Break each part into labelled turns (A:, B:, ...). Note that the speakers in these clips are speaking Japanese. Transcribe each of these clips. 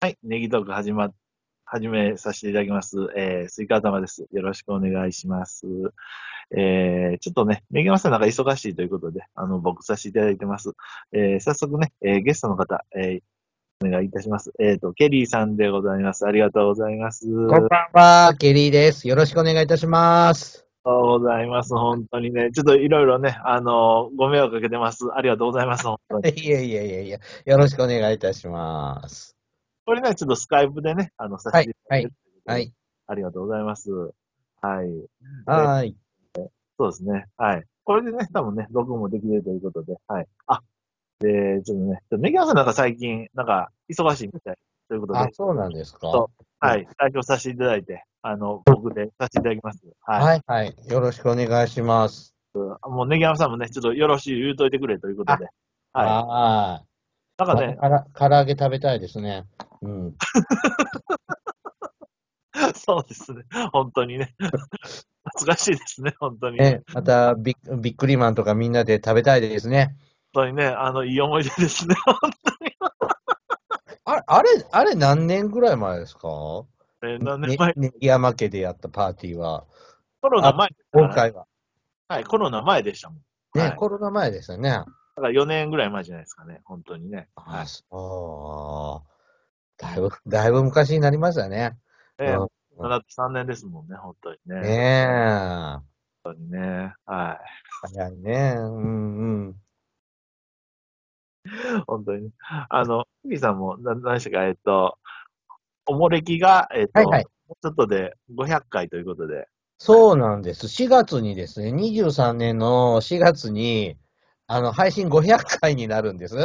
A: はい、ネギトーク始ま、始めさせていただきます。えー、スイカ頭です。よろしくお願いします。えー、ちょっとね、ネギマさんなんか忙しいということで、あの、僕させていただいてます。えー、早速ね、えー、ゲストの方、えー、お願いいたします。えっ、ー、と、ケリーさんでございます。ありがとうございます。こん
B: ばんは、ケリーです。よろしくお願いいたします。
A: ありがとうございます。本当にね、ちょっといろいろね、あのー、ご迷惑かけてます。ありがとうございます。本当に。
B: いやいやいやいや、よろしくお願いいたします。
A: これね、ちょっとスカイプでね、あの、さ
B: せていただいて、はい、はい。
A: ありがとうございます。はい。
B: はい。
A: そうですね。はい。これでね、多分ね、録音もできるということで、はい。あ、で、ちょっとね、ネギワさんなんか最近、なんか、忙しいみたいということで。あ、
B: そうなんですか。
A: はい。代表させていただいて、あの、僕でさせていただきます。
B: はい。はい、はい、よろしくお願いします。
A: もう、ネギワさんもね、ちょっとよろしい言うといてくれということで。
B: はい。ああ。
A: なんかね。
B: から、唐揚げ食べたいですね。うん。
A: そうですね。本当にね。懐かしいですね、本当に。
B: ね、またビッ、ビックリマンとかみんなで食べたいですね。
A: 本当にね、あの、いい思い出ですね、 本当に。
B: ああれ、あれ何年ぐらい前ですか
A: えー、何年前
B: ね、ね、山家でやったパーティーは。
A: コロナ前、ね、
B: 今回は。
A: はい、コロナ前でしたもん。
B: ね、、
A: はい
B: コロナ前でしたね。だ
A: から4年ぐらい前じゃないですかね、本当にね。
B: あ、そう。だいぶ、だいぶ昔になりましたね。
A: ええー、うん、だって3年ですもんね、本当にね。
B: ね。
A: え。本当にね、はい
B: 早いね、うんうん。
A: 本当に。あの、ふみさんも、な、何でしたか、えっと、おもれきが、えっと、はいはい、ちょっとで500回ということで。
B: そうなんです。4月にですね、23年の4月に、あの、配信500回になるんです。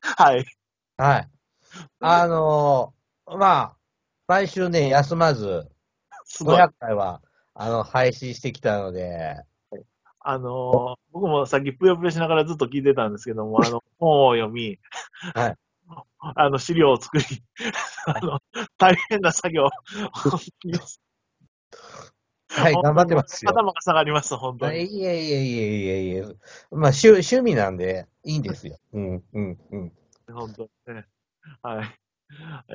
A: はい。
B: はい。 あのー、まあ、毎週ね、休まず、500回は、あの、配信してきたので、
A: あのー、僕もさっきぷよぷよしながらずっと聞いてたんですけども、 あの、本を読み、
B: はい。
A: あの、資料を作り、あの、大変な作業、
B: はい、頑張ってますよ。
A: 頭が下がります、本当に。
B: いえいえいえいえいえ。まあ、趣趣味なんで、いい んですよ。うん、うん、うん。
A: 本当にね。はい。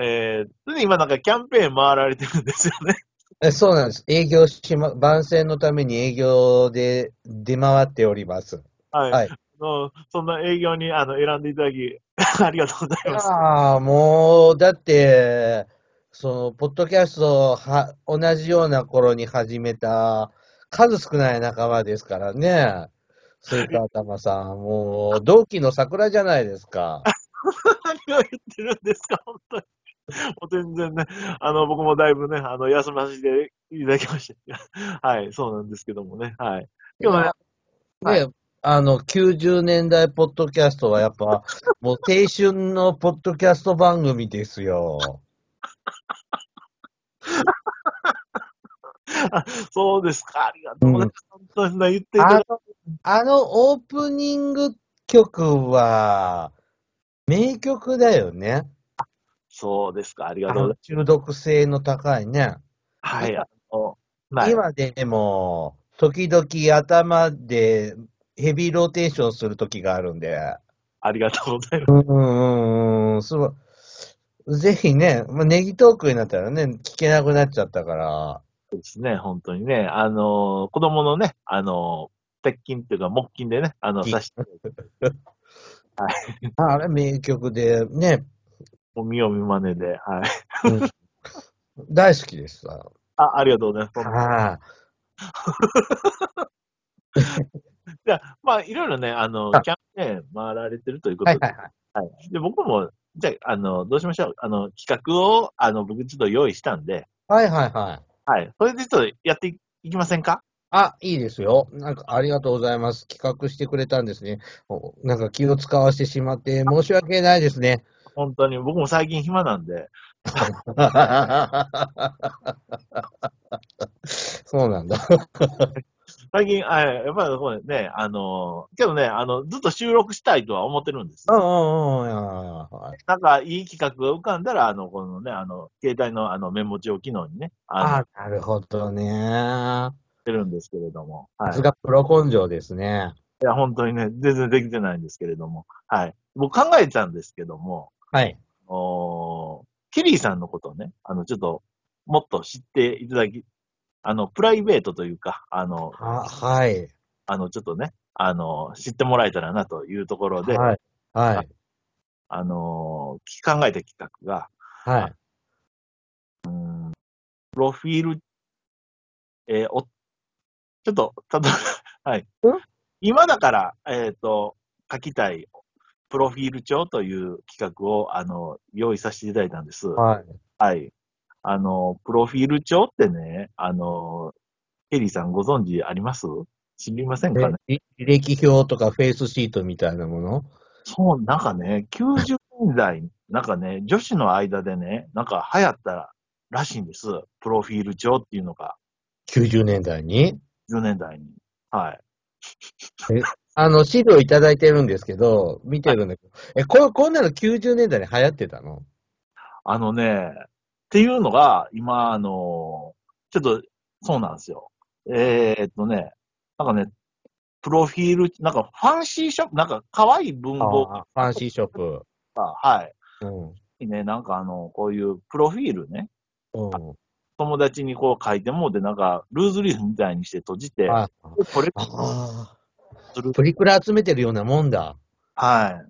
A: えー、今なんかキャンペーン回られてるんですよね。
B: えそうなんです。営業しま、番宣のために営業で出回っております。
A: はい。はい、のそんな営業にあの選んでいただき、 ありがとうございます。
B: ああ、もう、だって、その、ポッドキャストをは、同じような頃に始めた、数少ない仲間ですからね。スイカ頭さん、もう、同期の桜じゃないですか。
A: 何を言ってるんですか、本当に。もう全然ね、あの、僕もだいぶね、あの、休ませていただきました。はい、そうなんですけどもね、はい。
B: 今日ね、はい、あの、90年代ポッドキャストはやっ ぱ、もう青春のポッドキャスト番組ですよ。
A: そうですか、ありがとうございます。うん、本当に言ってい
B: ただあのオープニング曲は、名曲だよね。
A: そうですか、ありがとうございます。
B: 中毒性の高いね。
A: はい。あ
B: の今でも、時々頭でヘビーローテーションする時があるんで。
A: ありがとうござい
B: ます。うん、すごい。ぜひね、まあ、ネギトークになったらね、聞けなくなっちゃったから。
A: そうですね、本当にね。あの、子供のね、あの、鉄筋っていうか木筋でね、あの、刺して。
B: はい、あれ、名曲で、ね、
A: お見よ見まねで、はい
B: うん。大好きです。
A: あ、ありがとうございます。
B: あ
A: じゃあ、まあ、いろいろね、あの、キャンペーン回られてるということで、はい、はいはい、で、僕も、じゃあ、あの、どうしましょう。あの、企画を、あの、僕ちょっと用意したんで。。
B: はいはいはい
A: はい。それでちょっとやっていきませんか
B: あ、いいですよ。なんか、ありがとうございます。企画してくれたんですね。なんか気を使わせてしまって、申し訳ないですね。
A: 本当に。僕も最近暇なんで。
B: そうなんだ。
A: 最近、あやっぱりね、あの、けどね、あの、ずっと収録したいとは思ってるんです。
B: うんうんうん。
A: なんか、いい企画が浮かんだら、あの、このね、あの、携帯のあのメモ帳機能にね。
B: ああ、なるほどね。
A: てるんですけれども。
B: はい。それがプロ根性ですね。
A: いや、本当にね、全然できてないんですけれども。はい。僕考えたんですけども、
B: はい。
A: おケリーさんのことをね、あの、ちょっと、もっと知っていただき、あの、プライベートというか、あの、
B: は、はい。
A: あの、ちょっとね、あの、知ってもらえたらなというところで、
B: はい。はい。
A: あの、き考えた企画が、
B: はい。
A: プロフィール、えーお、ちょっと、たと、 はい。今だから、えっ、と、書きたい、プロフィール帳という企画を、あの、用意させていただいたんです。
B: はい。
A: はい。あの、プロフィール帳ってね、あの、ケリーさんご存知あります知りませんかね
B: え履歴表とかフェイスシートみたいなもの
A: そう、なんかね、90年代、なんかね、女子の間でね、なんか流行ったらしいんです。プロフィール帳っていうのが、
B: ?90 年代に。
A: 10年代に。はい。
B: あの、資料いただいてるんですけど、見てるんだけど。え、こ、こんなの90年代に流行ってたの
A: あのね、っていうのが、今、あの、ちょっと、そうなんですよ。えーっとね、なんかね、プロフィール、なんかファンシーショップ、なんか可愛い文房
B: あファンシーショップ。
A: 具が、は
B: うん。
A: い。ね、なんかあの、こういうプロフィールね、
B: うん。
A: 友達にこう書いてもうて、なんか、ルーズリーフみたいにして閉じて、
B: あ
A: これ
B: あ
A: する
B: ー。プリクラ集めてるようなもんだ。
A: は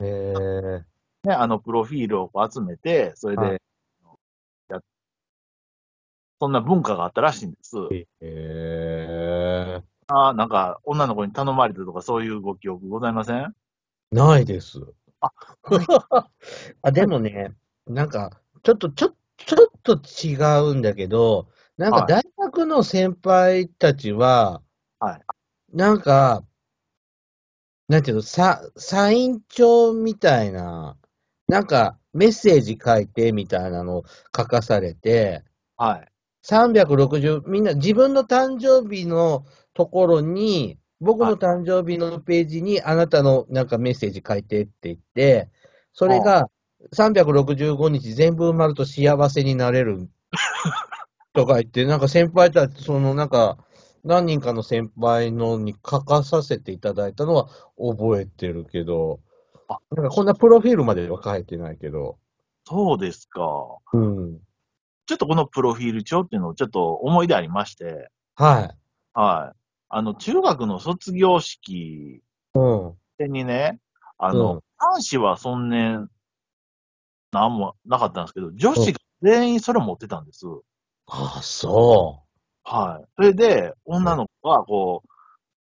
B: へえ。
A: い。ね、あの、プロフィールをこう集めて、それで、
B: はい
A: やそんな文化があったらしいんです。
B: へえ。
A: あーなんか、女の子に頼まれてとか、そういうご記憶ございません
B: ないです。
A: あ、
B: あでもね、なんか、ちょっと、ちょ、ちょっと違うんだけど、なんか
A: は
B: 大学の先輩たちは、
A: はい
B: なんか、なんていうの、サ、サイン帳みたいな、なんかメッセージ書いてみたいなのを書かされて、
A: はい。
B: 360、みんな自分の誕生日のところに、僕の誕生日のページにあなたのなんかメッセージ書いてって言って、それが365日全部埋まると幸せになれ るとか言って、なんか先輩たち、そのなんか何人かの先輩のに書かさせていただいたのは覚えてるけど
A: あ、
B: なんかこんなプロフィールまでは書いてないけど。
A: そうですか。
B: うん。
A: ちょっとこのプロフィール帳っていうのをちょっと思い出ありまして、
B: はい。
A: はい。あの、中学の卒業式
B: うん。
A: にね、あ
B: うん
A: の、男子はそんねん、なんもなかったんですけど、女子が全員それ持ってたんです。
B: ああ、そう。
A: はい。それで、女の子は、こう、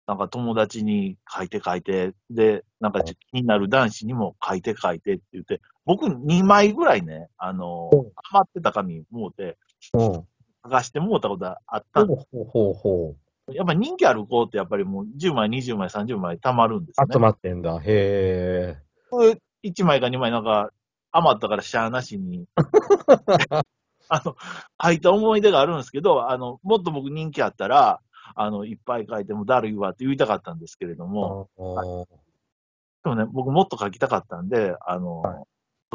A: なんか友達に書いて書いて、で、なんか気になる男子にも書いて書いてって言って、僕2枚ぐらいね、あの
B: うん、
A: 余ってた紙もうて、
B: うん。
A: 探してもうたことあった
B: ほ
A: んで
B: うほうほうほう。
A: す。やっぱ人気ある子ってやっぱりもう10枚、20枚、30枚貯まるんです
B: 集
A: ね。
B: まってんだ。へえ。
A: 1枚か2枚なんか余ったからしゃあなし に。あの、書いた思い出があるんですけど、あの、もっと僕人気あったら、あの、いっぱい書いてもだるいわって言いたかったんですけれども、
B: あ
A: でもね、僕もっと書きたかったんで、あの、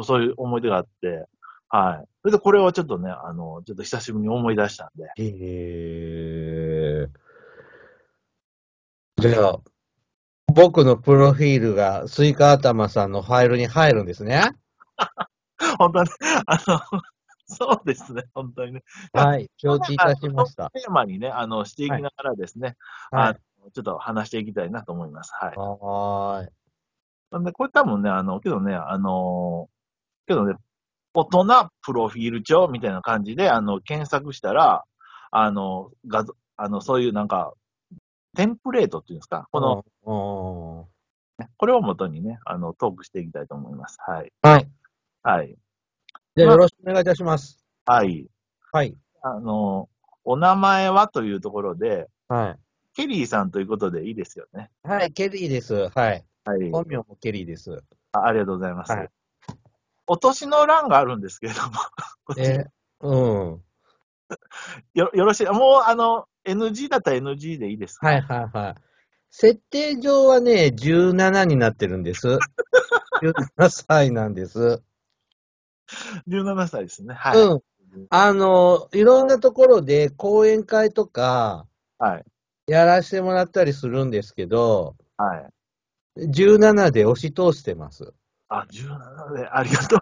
A: そういう思い出があって、はい。それでこれはちょっとね、あの、ちょっと久しぶりに思い出したんで、
B: ーへえ。じゃあ、僕のプロフィールがスイカ頭さんのファイルに入るんですね。
A: 本当に、あの、そうですね、本当にね。
B: はい。承知いたしました。
A: テーマにね、あの、していきながらですね、
B: はい。
A: ちょっと話していきたいなと思います。はい。
B: はーい。
A: なんで、これ多分ね、あの、けどね、あの、けどね、大人プロフィール帳みたいな感じで、あの、検索したら、あの、画像、あの、そういうなんか、テンプレートっていうんですか、この、
B: の、
A: これをもとにね、あの、トークしていきたいと思います。はい。
B: はい。
A: はい。
B: じゃあ、よろしくお願いいたします。
A: はい。
B: はい。
A: あの、お名前はというところで、
B: は
A: ケリーさんということでいいですよね。
B: い。はい、ケリーです。はい。
A: はい。
B: 本名もケリーです。
A: あありがとうございます。
B: はい
A: お年の欄があるんですけれども、こっち
B: え、うん。
A: よよろしい、もうあの、NG だったら NG でいいです。
B: はいはいはい。設定上はね、17になってるんです。17歳なんです。
A: 17歳ですね。はい。
B: うん。あの、いろんなところで講演会とか
A: はい。
B: やらせてもらったりするんですけど、
A: はい。
B: 17で押し通してます。
A: あ、17で、ありがとう。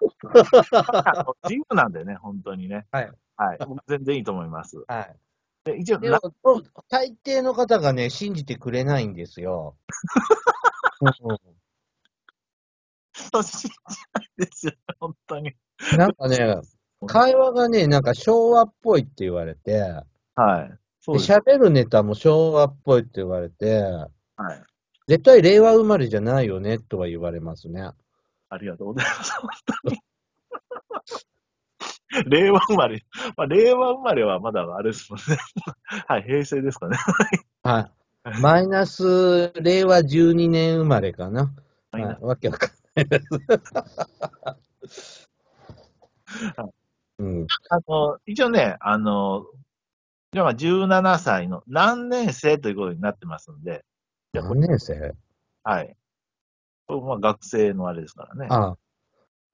A: あの 自由なんでね、本当にね。
B: はい。
A: はい。全然いいと思います。
B: はい。
A: で一応、
B: で
A: な
B: も、大抵の方がね、信じてくれないんですよ。
A: 信じないですよ、本当に。
B: なん かね、会話がね、なんか昭和っぽいって言われて、で
A: はい。そうです。
B: 喋るネタも昭和っぽいって言われて、
A: はい。
B: 絶対令和生まれじゃないよねとは言われますね。
A: ありがとうございます。本当に。 令和生まれ。まあ、令和生まれはまだあれですもんね。 はい、平成ですかね。
B: はい。マイナス令和12年生まれかな。
A: マ
B: は
A: イナ
B: い、わけわかんないです。うん、
A: あの、一応ね、あの、じゃあまあ17歳の何年生ということになってますんで、じゃあこ
B: 何
A: れ、
B: 年生
A: はい。これまあ学生のあれですからね。
B: あ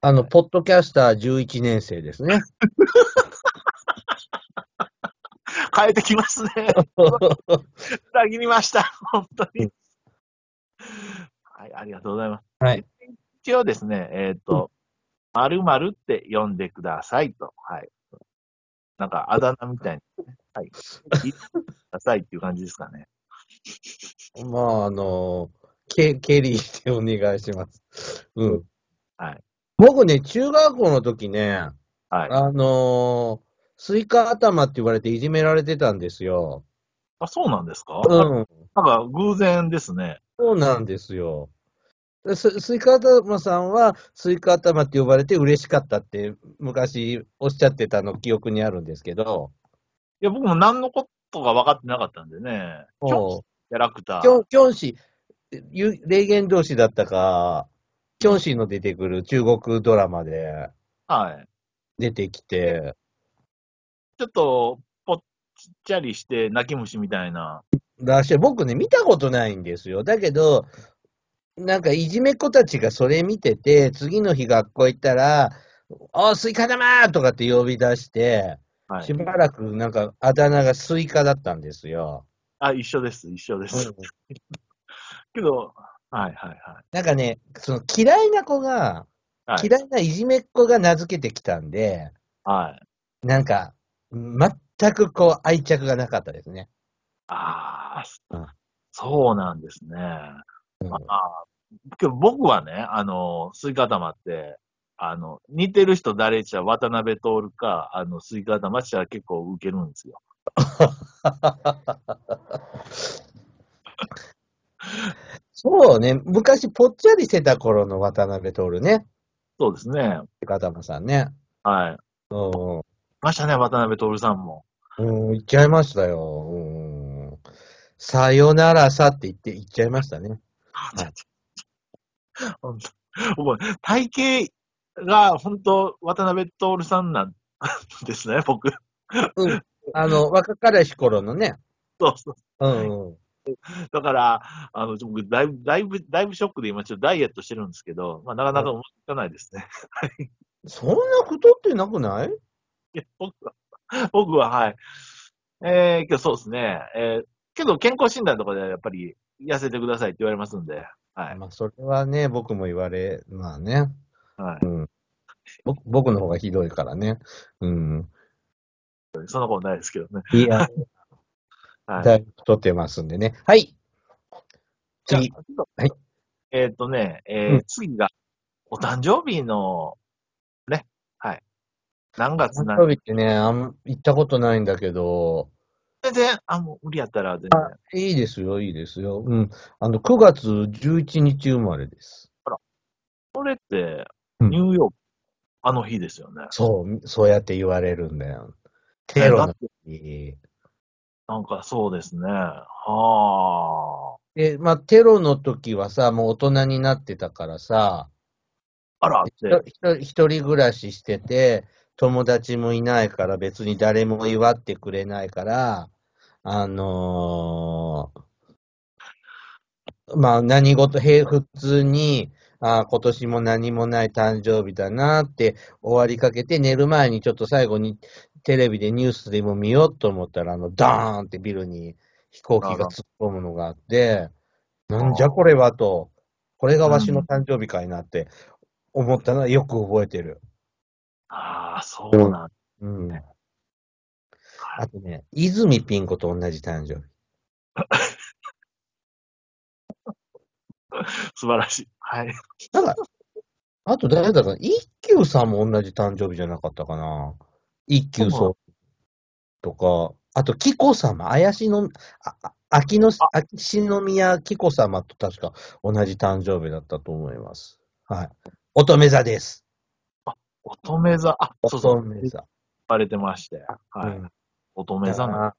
B: あの、ポッドキャスター11年生です ね。
A: 変えてき ますね。裏切りました。本当に。はい、ありがとうございます。
B: はい。
A: 一応ですね、えっ、と、まるまるって呼んでくださいと。はい。なんか、あだ名みたいな、ね。はい。言ってくださいっていう感じですかね。
B: まあ、あの、ケケリーでお願いします。うん。
A: はい。
B: 僕ね、中学校の時ね、
A: はい。
B: あのスイカ頭って言われていじめられてたんですよ。
A: あ、そうなんですか、
B: うん。
A: なんか、偶然ですね。
B: そうなんですよ。ススイカ頭さんは、スイカ頭って呼ばれて嬉しかったって、昔おっしゃってたの記憶にあるんですけど、
A: いや、僕も何のことが分かってなかったんでね。キョン
B: も
A: キャラクタ
B: うキ
A: ー。
B: ョン、キョンシー、ゆ霊言同士だったか、キョンシーの出てくる中国ドラマで
A: はい。
B: 出てきて、
A: ちょっと、ぽっちゃりして、泣き虫みたいな。
B: らしい。僕ね、見たことないんですよ。だけど、なんかいじめっ子たちがそれ見てて、次の日学校行ったら、おスイカ玉とかって呼び出して、
A: はい
B: し。ばらくなんかあだ名がスイカだったんですよ。
A: あ、一緒です、一緒です。けど、はいはいは
B: なんかね、その嫌いな子が、
A: い。はい。
B: 嫌いないじめっ子が名付けてきたんで、
A: はい、
B: なんか、全くこう愛着がなかったですね。
A: ああ、
B: うん
A: そうなんですね。
B: うん
A: まあ、けど僕はね、あの、スイカ玉って、あの、似てる人誰ちゃ渡辺徹か、あの、スイカ玉ちゃ結構受けるんですよ。
B: そうね、昔ぽっちゃりしてた頃の渡辺徹ね、
A: そうですね。
B: 片間さんね。
A: はい。
B: うん
A: ましたね、渡辺徹さんも。
B: うん、行っちゃいましたよ。うん。さよならさって言って行っちゃいましたね。い
A: 本当もう体型が本当、渡辺徹さんなんですね、僕。
B: うん。あの、若かりし頃のね。
A: そうそう
B: うんうん。
A: だから、あの、僕、だいぶ、だいぶ、だいぶショックで今、ちょっとダイエットしてるんですけど、まあ、なかなか思いつかないですね。
B: そんな太ってなくない
A: いや僕は、僕は、はい。えー、今日そうですね。えー、けど、健康診断とかではやっぱり、痩せてくださいって言われますんで、はい。
B: まあ、それはね、僕も言われ、まあね。
A: は
B: うん。僕僕の方がひどいからね。うん。
A: い。そんなことないですけどね。
B: いや、
A: は
B: だ
A: い。
B: いぶ太ってますんでね。はい。
A: じゃあ
B: 次。は
A: はいい。えーっとね、えー
B: うん
A: 次が、お誕生日の、ね、はい。何月
B: 誕
A: 何
B: 生日ってね、あん行ったことないんだけど、
A: 全然、あ、もう無理やったら全然。
B: いいですよ、いいですよ。うん。あの、9月11日生まれです。
A: それって、
B: うん
A: ニューヨーク、あの日ですよね。
B: そう、そうやって言われるんだよ。テロの時。
A: なんかそうですね。は
B: で、まあ、テロの時はさ、もう大人になってたからさ、
A: あ。あらっ
B: ひ
A: て。
B: とひと一人暮らししてて、友達もいないから別に誰も祝ってくれないから、あのーまあ何事、平普通に、あー今年も何もない誕生日だなって終わりかけて寝る前にちょっと最後にテレビでニュースでも見ようと思ったら、あの、ダーンってビルに飛行機が突っ込むのがあって、なんじゃこれはと、これがわしの誕生日かいなって思ったのはよく覚えてる。
A: ああ、そうなん
B: うん。あとね、泉ピン子と同じ誕生日。
A: 素晴らしい。はい。
B: なんか、あと誰だかな一休さんも同じ誕生日じゃなかったかな一休さんとか、あと、紀子様、怪しの、あ、あ秋の、秋篠宮紀子様と確か同じ誕生日だったと思います。はい。乙女座です。
A: 乙女座、あ、そう
B: 乙
A: そう、
B: 女座。
A: 言われてまして。はい。
B: うん
A: 乙女座なの。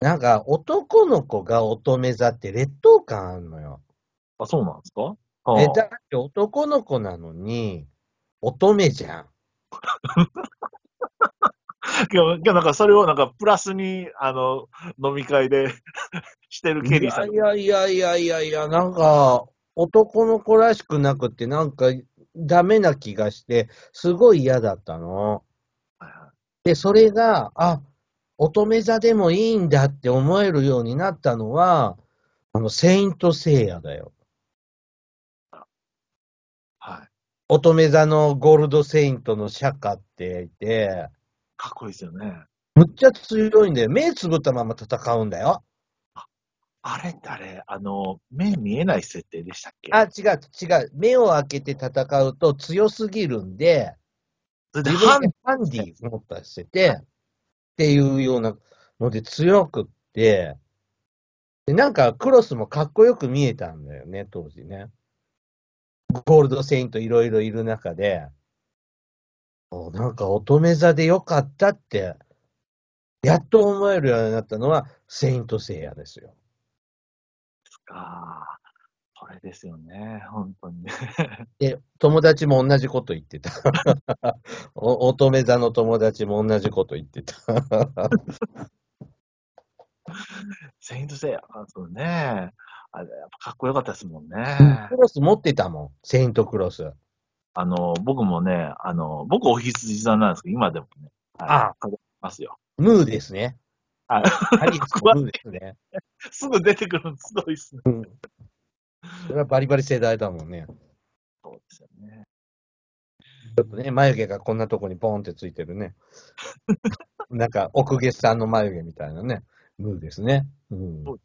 B: なんか、男の子が乙女座って劣等感あんのよ。
A: あ、そうなんですか
B: え、
A: あ
B: だって男の子なのに、乙女じゃん。
A: あ今日、今日なんかそれをなんかプラスに、あの、飲み会で してるケリーさん
B: いやいやいやいやいや、なんか、男の子らしくなくて、なんか、ダメな気がして、すごい嫌だったの。
A: はいは
B: で、それが、あ、乙女座でもいいんだって思えるようになったのは、あの、セイントセイヤだよ。
A: い。はい。
B: 乙女座のゴールドセイントの釈迦っていて、
A: かっこいいですよね。
B: むっちゃ強いんだよ。目つぶったまま戦うんだよ。
A: あれってあれ、あの、目見えない設定でしたっけ
B: あ、違う、違う。目を開けて戦うと強すぎるんで、
A: それで
B: 自分
A: ハン
B: でハンディ持ったりしてて、っていうようなので強くって、で、なんかクロスもかっこよく見えたんだよね、当時ね。ゴールドセイントいろいろいる中で、おなんか乙女座でよかったって、やっと思えるようになったのは、セイントセイヤですよ。
A: か。それですよね。本当にね。
B: で、友達も同じこと言ってた。 お乙女座の友達も同じこと言ってた。
A: セイントセイヤ、あそうね。あれ、やっぱかっこよかったですもんね。
B: クロス持ってたもん、セイントクロス。
A: あの、僕もね、あの、僕お羊座なんですけど、今でもね、はい、
B: ああ
A: かかりますよ。
B: ムーですね。
A: はい
B: アリスのムーですね。
A: すぐ出てくるのすごいっすね。
B: それはバリバリ世代だもんね。
A: そうですよね。
B: ちょっとね、眉毛がこんなとこにポンってついてる ね。なんか、奥下さんの眉毛みたいなね、ムーですね。うん
A: そう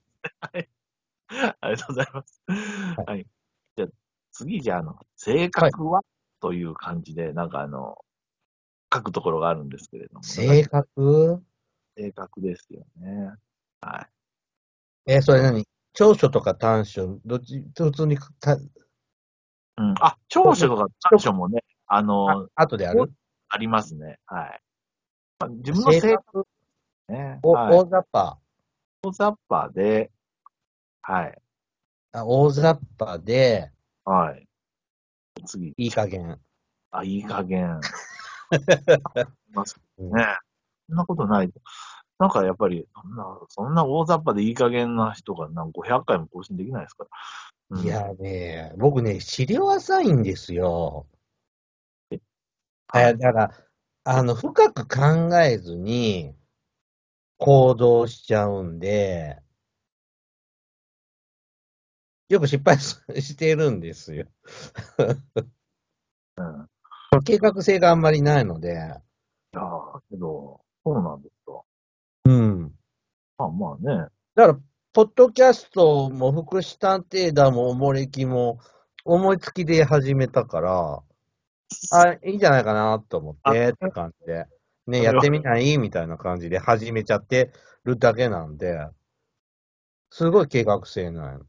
A: ありがとうございます。はい。じゃあ、次じゃあ、あの、性格は、という感じで、なんかあの、書くところがあるんですけれども、
B: 性格
A: 性格ですよね。
B: え、それ何長所とか短所、どっち、普通にた、
A: うん。あ、長所とか短所もね、あ
B: あ
A: の、
B: 後である
A: ありますね。はい。まあ、自分の性
B: 性
A: 格
B: 格
A: ね、
B: お
A: はい、
B: 大雑把。
A: 大雑把で、はい、
B: あ大雑把で、
A: はい。次、
B: いい加減。
A: あ、いい加減。ます
B: うん
A: ね。そんなことない。なんかやっぱり、そんな、そんな大雑把でいい加減な人がなんか500回も更新できないですから。うん
B: い、やね、僕ね、資料浅いんですよ。
A: はい
B: えだから、あの、深く考えずに行動しちゃうんで、よく失敗す してるんですよ。
A: うん。
B: 計画性があんまりないので、
A: いやーけど、そうなんですよ。
B: うん。
A: まあまあ ね。
B: だから、ポッドキャストも、福祉探偵団も、おもれきも、思いつきで始めたから、あ、いいんじゃないかなと思って、って感じで。ね、
A: それは
B: やってみないみたいな感じで始めちゃってるだけなんで、すごい計画性ないの。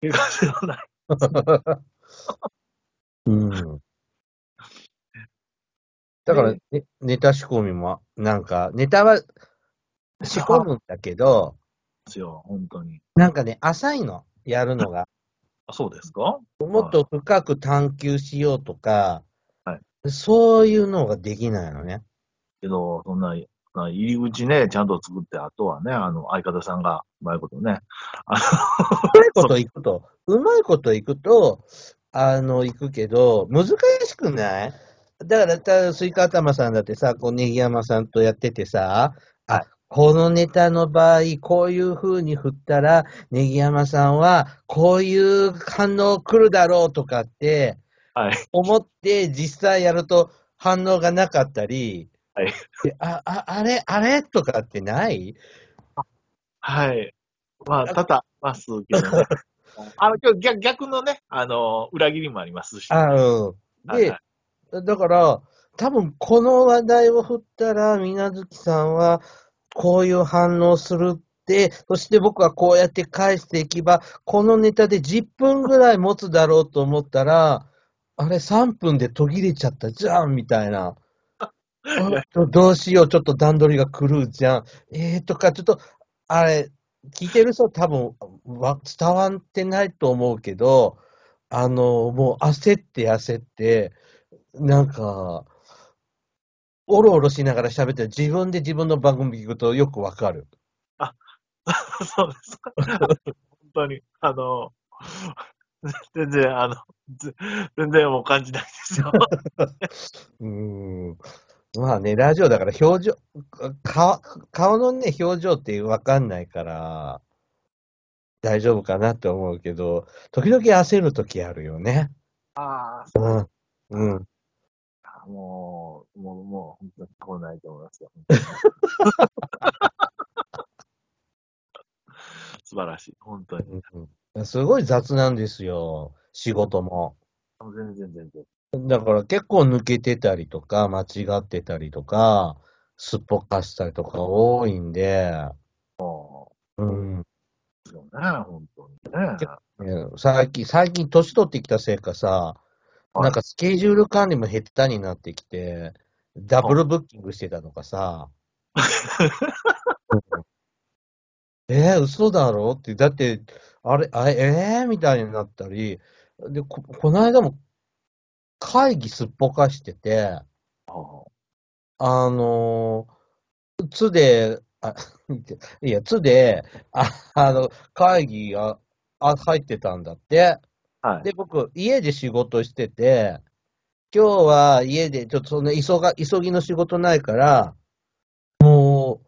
A: 計画性のない。
B: うん。だから
A: ね、
B: ね、ネタ仕込みも、なんか、ネタは仕込むんだけど、
A: ですよ、本当に。
B: なんかね、浅いの、やるのが。
A: あ、そうですか
B: もっと深く探求しようとか、
A: は
B: そういうのができないのね。
A: けど、そんな、そんな入り口ね、ちゃんと作って、あとはね、あの、相方さんが、うまいことね。
B: うまいこといくと、うまいこといくと、あの、いくけど、難しくないだから、たスイカ頭さんだってさ、こう、ネギ山さんとやっててさ、あ、このネタの場合、こういう風に振ったら、ネギ山さんは、こういう反応来るだろうとかって、
A: はい。
B: 思って実際やると反応がなかったり、
A: はい
B: であ、あ、あれ、あれとかってない
A: はい。まあ、多々ありますけ どね。あの、今日逆逆のね、あの、裏切りもありますし。
B: あうん。
A: はい
B: で、
A: はい
B: だから、多分この話題を振ったら、みなずきさんは、こういう反応するって、そして僕はこうやって返していけば、このネタで10分ぐらい持つだろうと思ったら、あれ3分で途切れちゃったじゃんみたいな。あどどうしよう、ちょっと段取りが狂うじゃん。えーとか、ちょっと、あれ、聞いてる人は多分わ伝わってないと思うけど、あの、もう焦って焦って、なんか、おろおろしながら喋ってる自分で自分の番組聞くとよくわかる。
A: そうですか。本当に、あの、 全然、あの、ぜ全然もう感じないですよ。
B: うーん。まあね、ラジオだから表情、顔、顔のね、表情ってわかんないから、大丈夫かなって思うけど、時々焦る時あるよね。
A: ああ、
B: うん。うん。
A: もう、もう、もう、本当に来ないと思いますよ。 素晴らしい。本当に。
B: うんすごい雑なんですよ、仕事も。
A: 全然全然。
B: だから結構抜けてたりとか、間違ってたりとか、すっぽかしたりとか多いんで、うん。
A: そうね、本当にね。
B: ね最近、最近年取ってきたせいかさ、
A: はい
B: なんかスケジュール管理も下手になってきて、ダブルブッキングしてたのかさ。えー、嘘だろって、だって、あれ、あえー、みたいになったり、で、こ、この間も会議すっぽかしてて、あのー、つで、あ、 いや、つで、あ、あの、会議が、あ、入ってたんだって。
A: はい。
B: で、僕、家で仕事してて、今日は家で、ちょっとその急が、急ぎの仕事ないから、もう、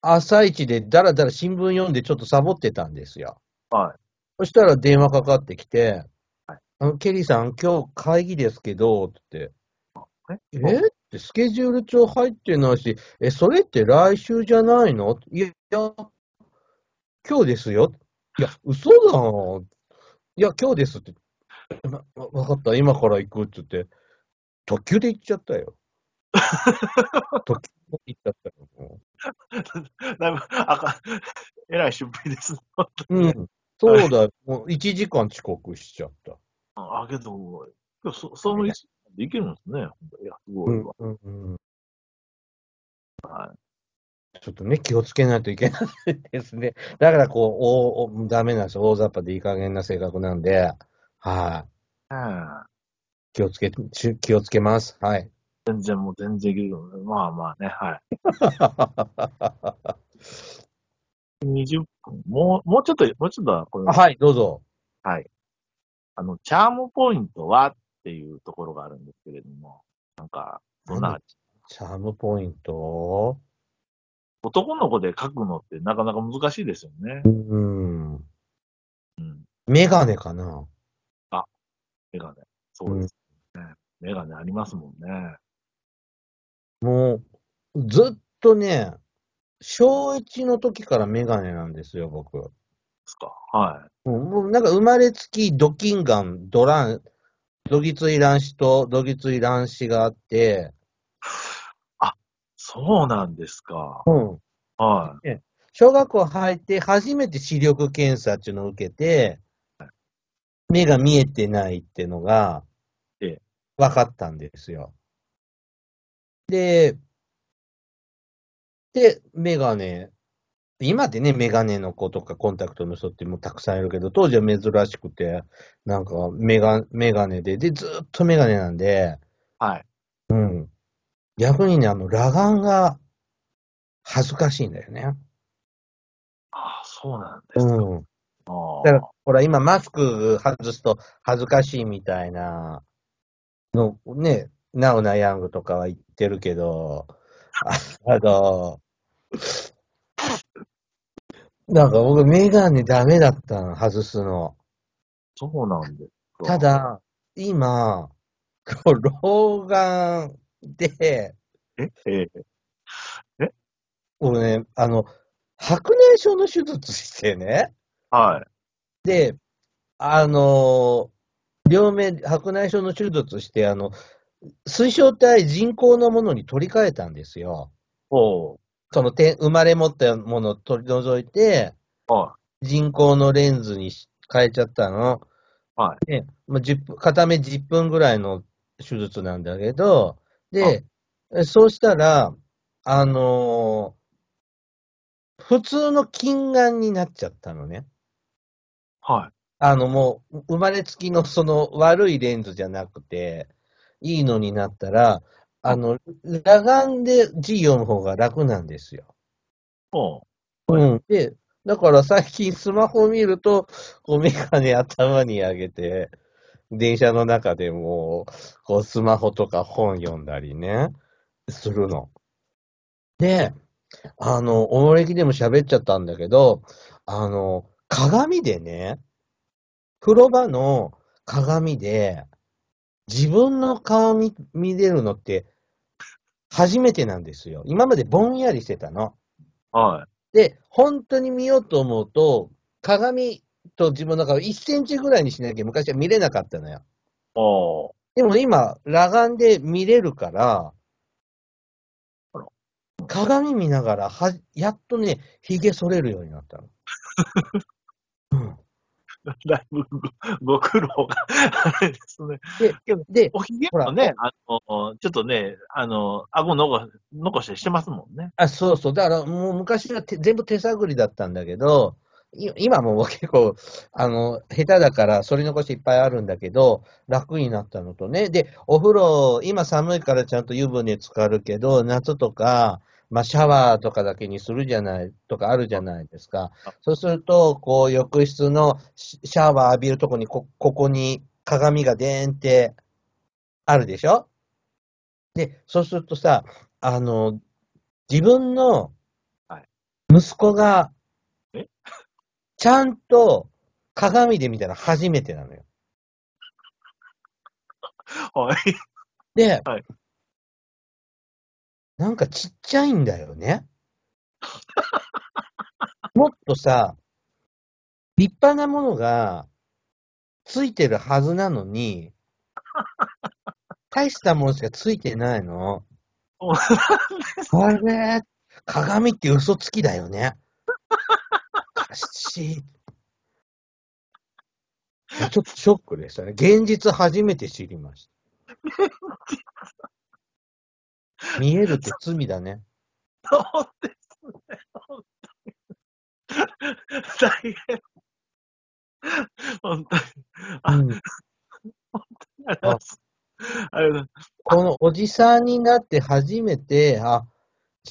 B: 朝一でだらだら新聞読んでちょっとサボってたんですよ。
A: はい。
B: そしたら電話かかってきて、あの、ケリーさん、今日会議ですけど、って。えってスケジュール帳入ってないし、え、それって来週じゃないのいや、いや今日ですよ。いや、嘘だろ。いや、今日ですって。ま、わわかった、今から行くって言って、特急で行っちゃったよ。特急で行っちゃったよ。も
A: だいぶ、あか、 えらい出費ですね。
B: ううん。そうだよ、もう1時間遅刻しちゃった。
A: あ、けど、今日そその一でいけるんですね。いや、すごいわ。
B: うんうんうん
A: は
B: ちょっとね、気をつけないといけないですね。 だから、こう、おおダメなんですよ。大雑把でいい加減な性格なんで、はい。
A: ね
B: 気をつけ、ち気をつけます。はい。
A: え全然もう全然いけるので、まあまあね、はい。20分。もう、もうちょっと、もうちょっとはこれ、
B: はい、どうぞ。
A: あの、チャームポイントはっていうところがあるんですけれども、なんか、どんな、
B: チャームポイント
A: 男の子で書くのってなかなか難しいですよね
B: う。ん。
A: うん。
B: メガネかな
A: メガネ。そうですね。メガネありますもんね。
B: もう、ずっとね、小一の時からメガネなんですよ、僕。も
A: ですか。は
B: うもうなんか生まれつきドキンガン、ドラン、ドギツイ卵子とドギツイ卵子があって、
A: い。そうなんですか。
B: うん。
A: は
B: 小学校入って初めて視力検査っていうのを受けて、目が見えてないっていうのが
A: ええ、
B: 分かったんですよ。で、で、メガネ、今でね、メガネの子とかコンタクトの人ってもうたくさんいるけど、当時は珍しくて、なんかメガ、メガネで、で、ずっとメガネなんで、
A: い。はい。
B: うん。逆にね、あの、裸眼が恥ずかしいんだよね。
A: ああ、そうなんですか。
B: うん。
A: ああ
B: だから、ほら、今、マスク外すと恥ずかしいみたいなの、ね、ナウナヤングとかは言ってるけど、ああの、なんか僕、メガネダメだったの、外すの。
A: そうなんですか。
B: た、だ、今、老眼で、
A: ええ
B: 僕ね、あの、白内障の手術してね、
A: はい。
B: で、あのー両目、白内障の手術して、あの、水晶体人工のものに取り替えたんですよ。
A: ほ
B: そのて生まれ持ったものを取り除いて、
A: う。は
B: 人工のレンズにし変えちゃったの。
A: は
B: で、まあ、10分片目10分ぐらいの手術なんだけど、で、えそうしたら、あのー普通の近眼になっちゃったのね。
A: い。はい。
B: あのもう、生まれつきのその悪いレンズじゃなくて、いいのになったら、あの、裸眼で字読む方が楽なんですよ。
A: ほう。
B: うん。で、だから最近スマホ見ると、こうメガネ頭に上げて、電車の中でも、こうスマホとか本読んだりね、するの。で、あの、おもれきでも喋っちゃったんだけど、あの、鏡でね、風呂場の鏡で、自分の顔見、見れるのって、初めてなんですよ。今までぼんやりしてたの。
A: はい。
B: で、本当に見ようと思うと、鏡と自分の顔1センチぐらいにしなきゃ昔は見れなかったのよ。
A: ほう。
B: でも今、裸眼で見れるから
A: あら、
B: 鏡見ながらは、やっとね、髭剃れるようになったの。うん
A: だいぶごご苦労があれですね。
B: で、
A: おひげ
B: ほら
A: もね、あの、ちょっとね、あの、顎残残してしてますもんね。
B: あ、そうそう。だからもう昔はて全部手探りだったんだけど、い今もう結構、あの、下手だから、反り残しいっぱいあるんだけど、楽になったのとね。で、お風呂、今寒いからちゃんと湯船浸かるけど、夏とか、まあ、シャワーとかだけにするじゃない、とかあるじゃないですか
A: あ。
B: そうすると、こう、浴室のシシャワー浴びるとこに、こ、ここに鏡がでーんってあるでしょで、そうするとさ、あの、自分の
A: はい
B: 息子が
A: え、
B: ちゃんと鏡で見たの初めてなのよ。
A: はい。
B: で、
A: はい
B: なんかちっちゃいんだよね。 もっとさ、立派なものがついてるはずな のに、大したものしかついてないの。
A: お
B: あれ、鏡って嘘つきだよね。おかしい。ちょっとショックでしたね。現実初めて知りました。見えるって罪だね。
A: そうですね。本当に大変。本当に。あ
B: うん、
A: ありがとうございます。ありがとうございます。
B: このおじさんになって初めて、あ、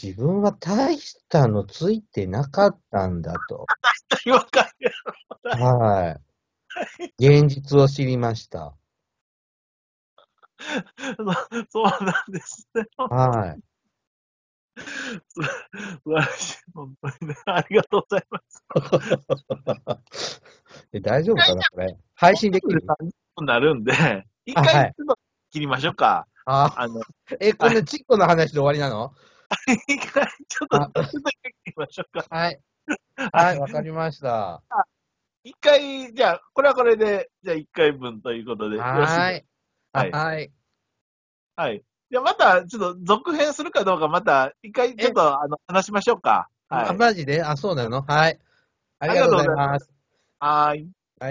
B: 自分は大したのついてなかったんだと。
A: 今から
B: はい。現実を知りました。
A: そうなんですね。
B: はい。
A: 素晴らしい。 本当にね。 ありがとうございます。
B: え大丈夫かなこれ。配信できる
A: 30分なるんで、一
B: あはい
A: 回ちょっと切りましょうか。
B: あ
A: あの、
B: え、こんなチッコの話で終わりなの
A: 一回ちょっと、ちょ
B: あ
A: っと一回切りましょうか。
B: はい。はい、わかりました。
A: 一回、じゃあ、これはこれで、じゃあ一回分ということで。よろし
B: はー
A: い。
B: い。あはい。
A: はい。じゃあまた、ちょっと続編するかどうか、また一回ちょっとあの話しましょうか。は
B: あ
A: い。
B: マジであ、そうなのはい。ありがとうございます。
A: はい。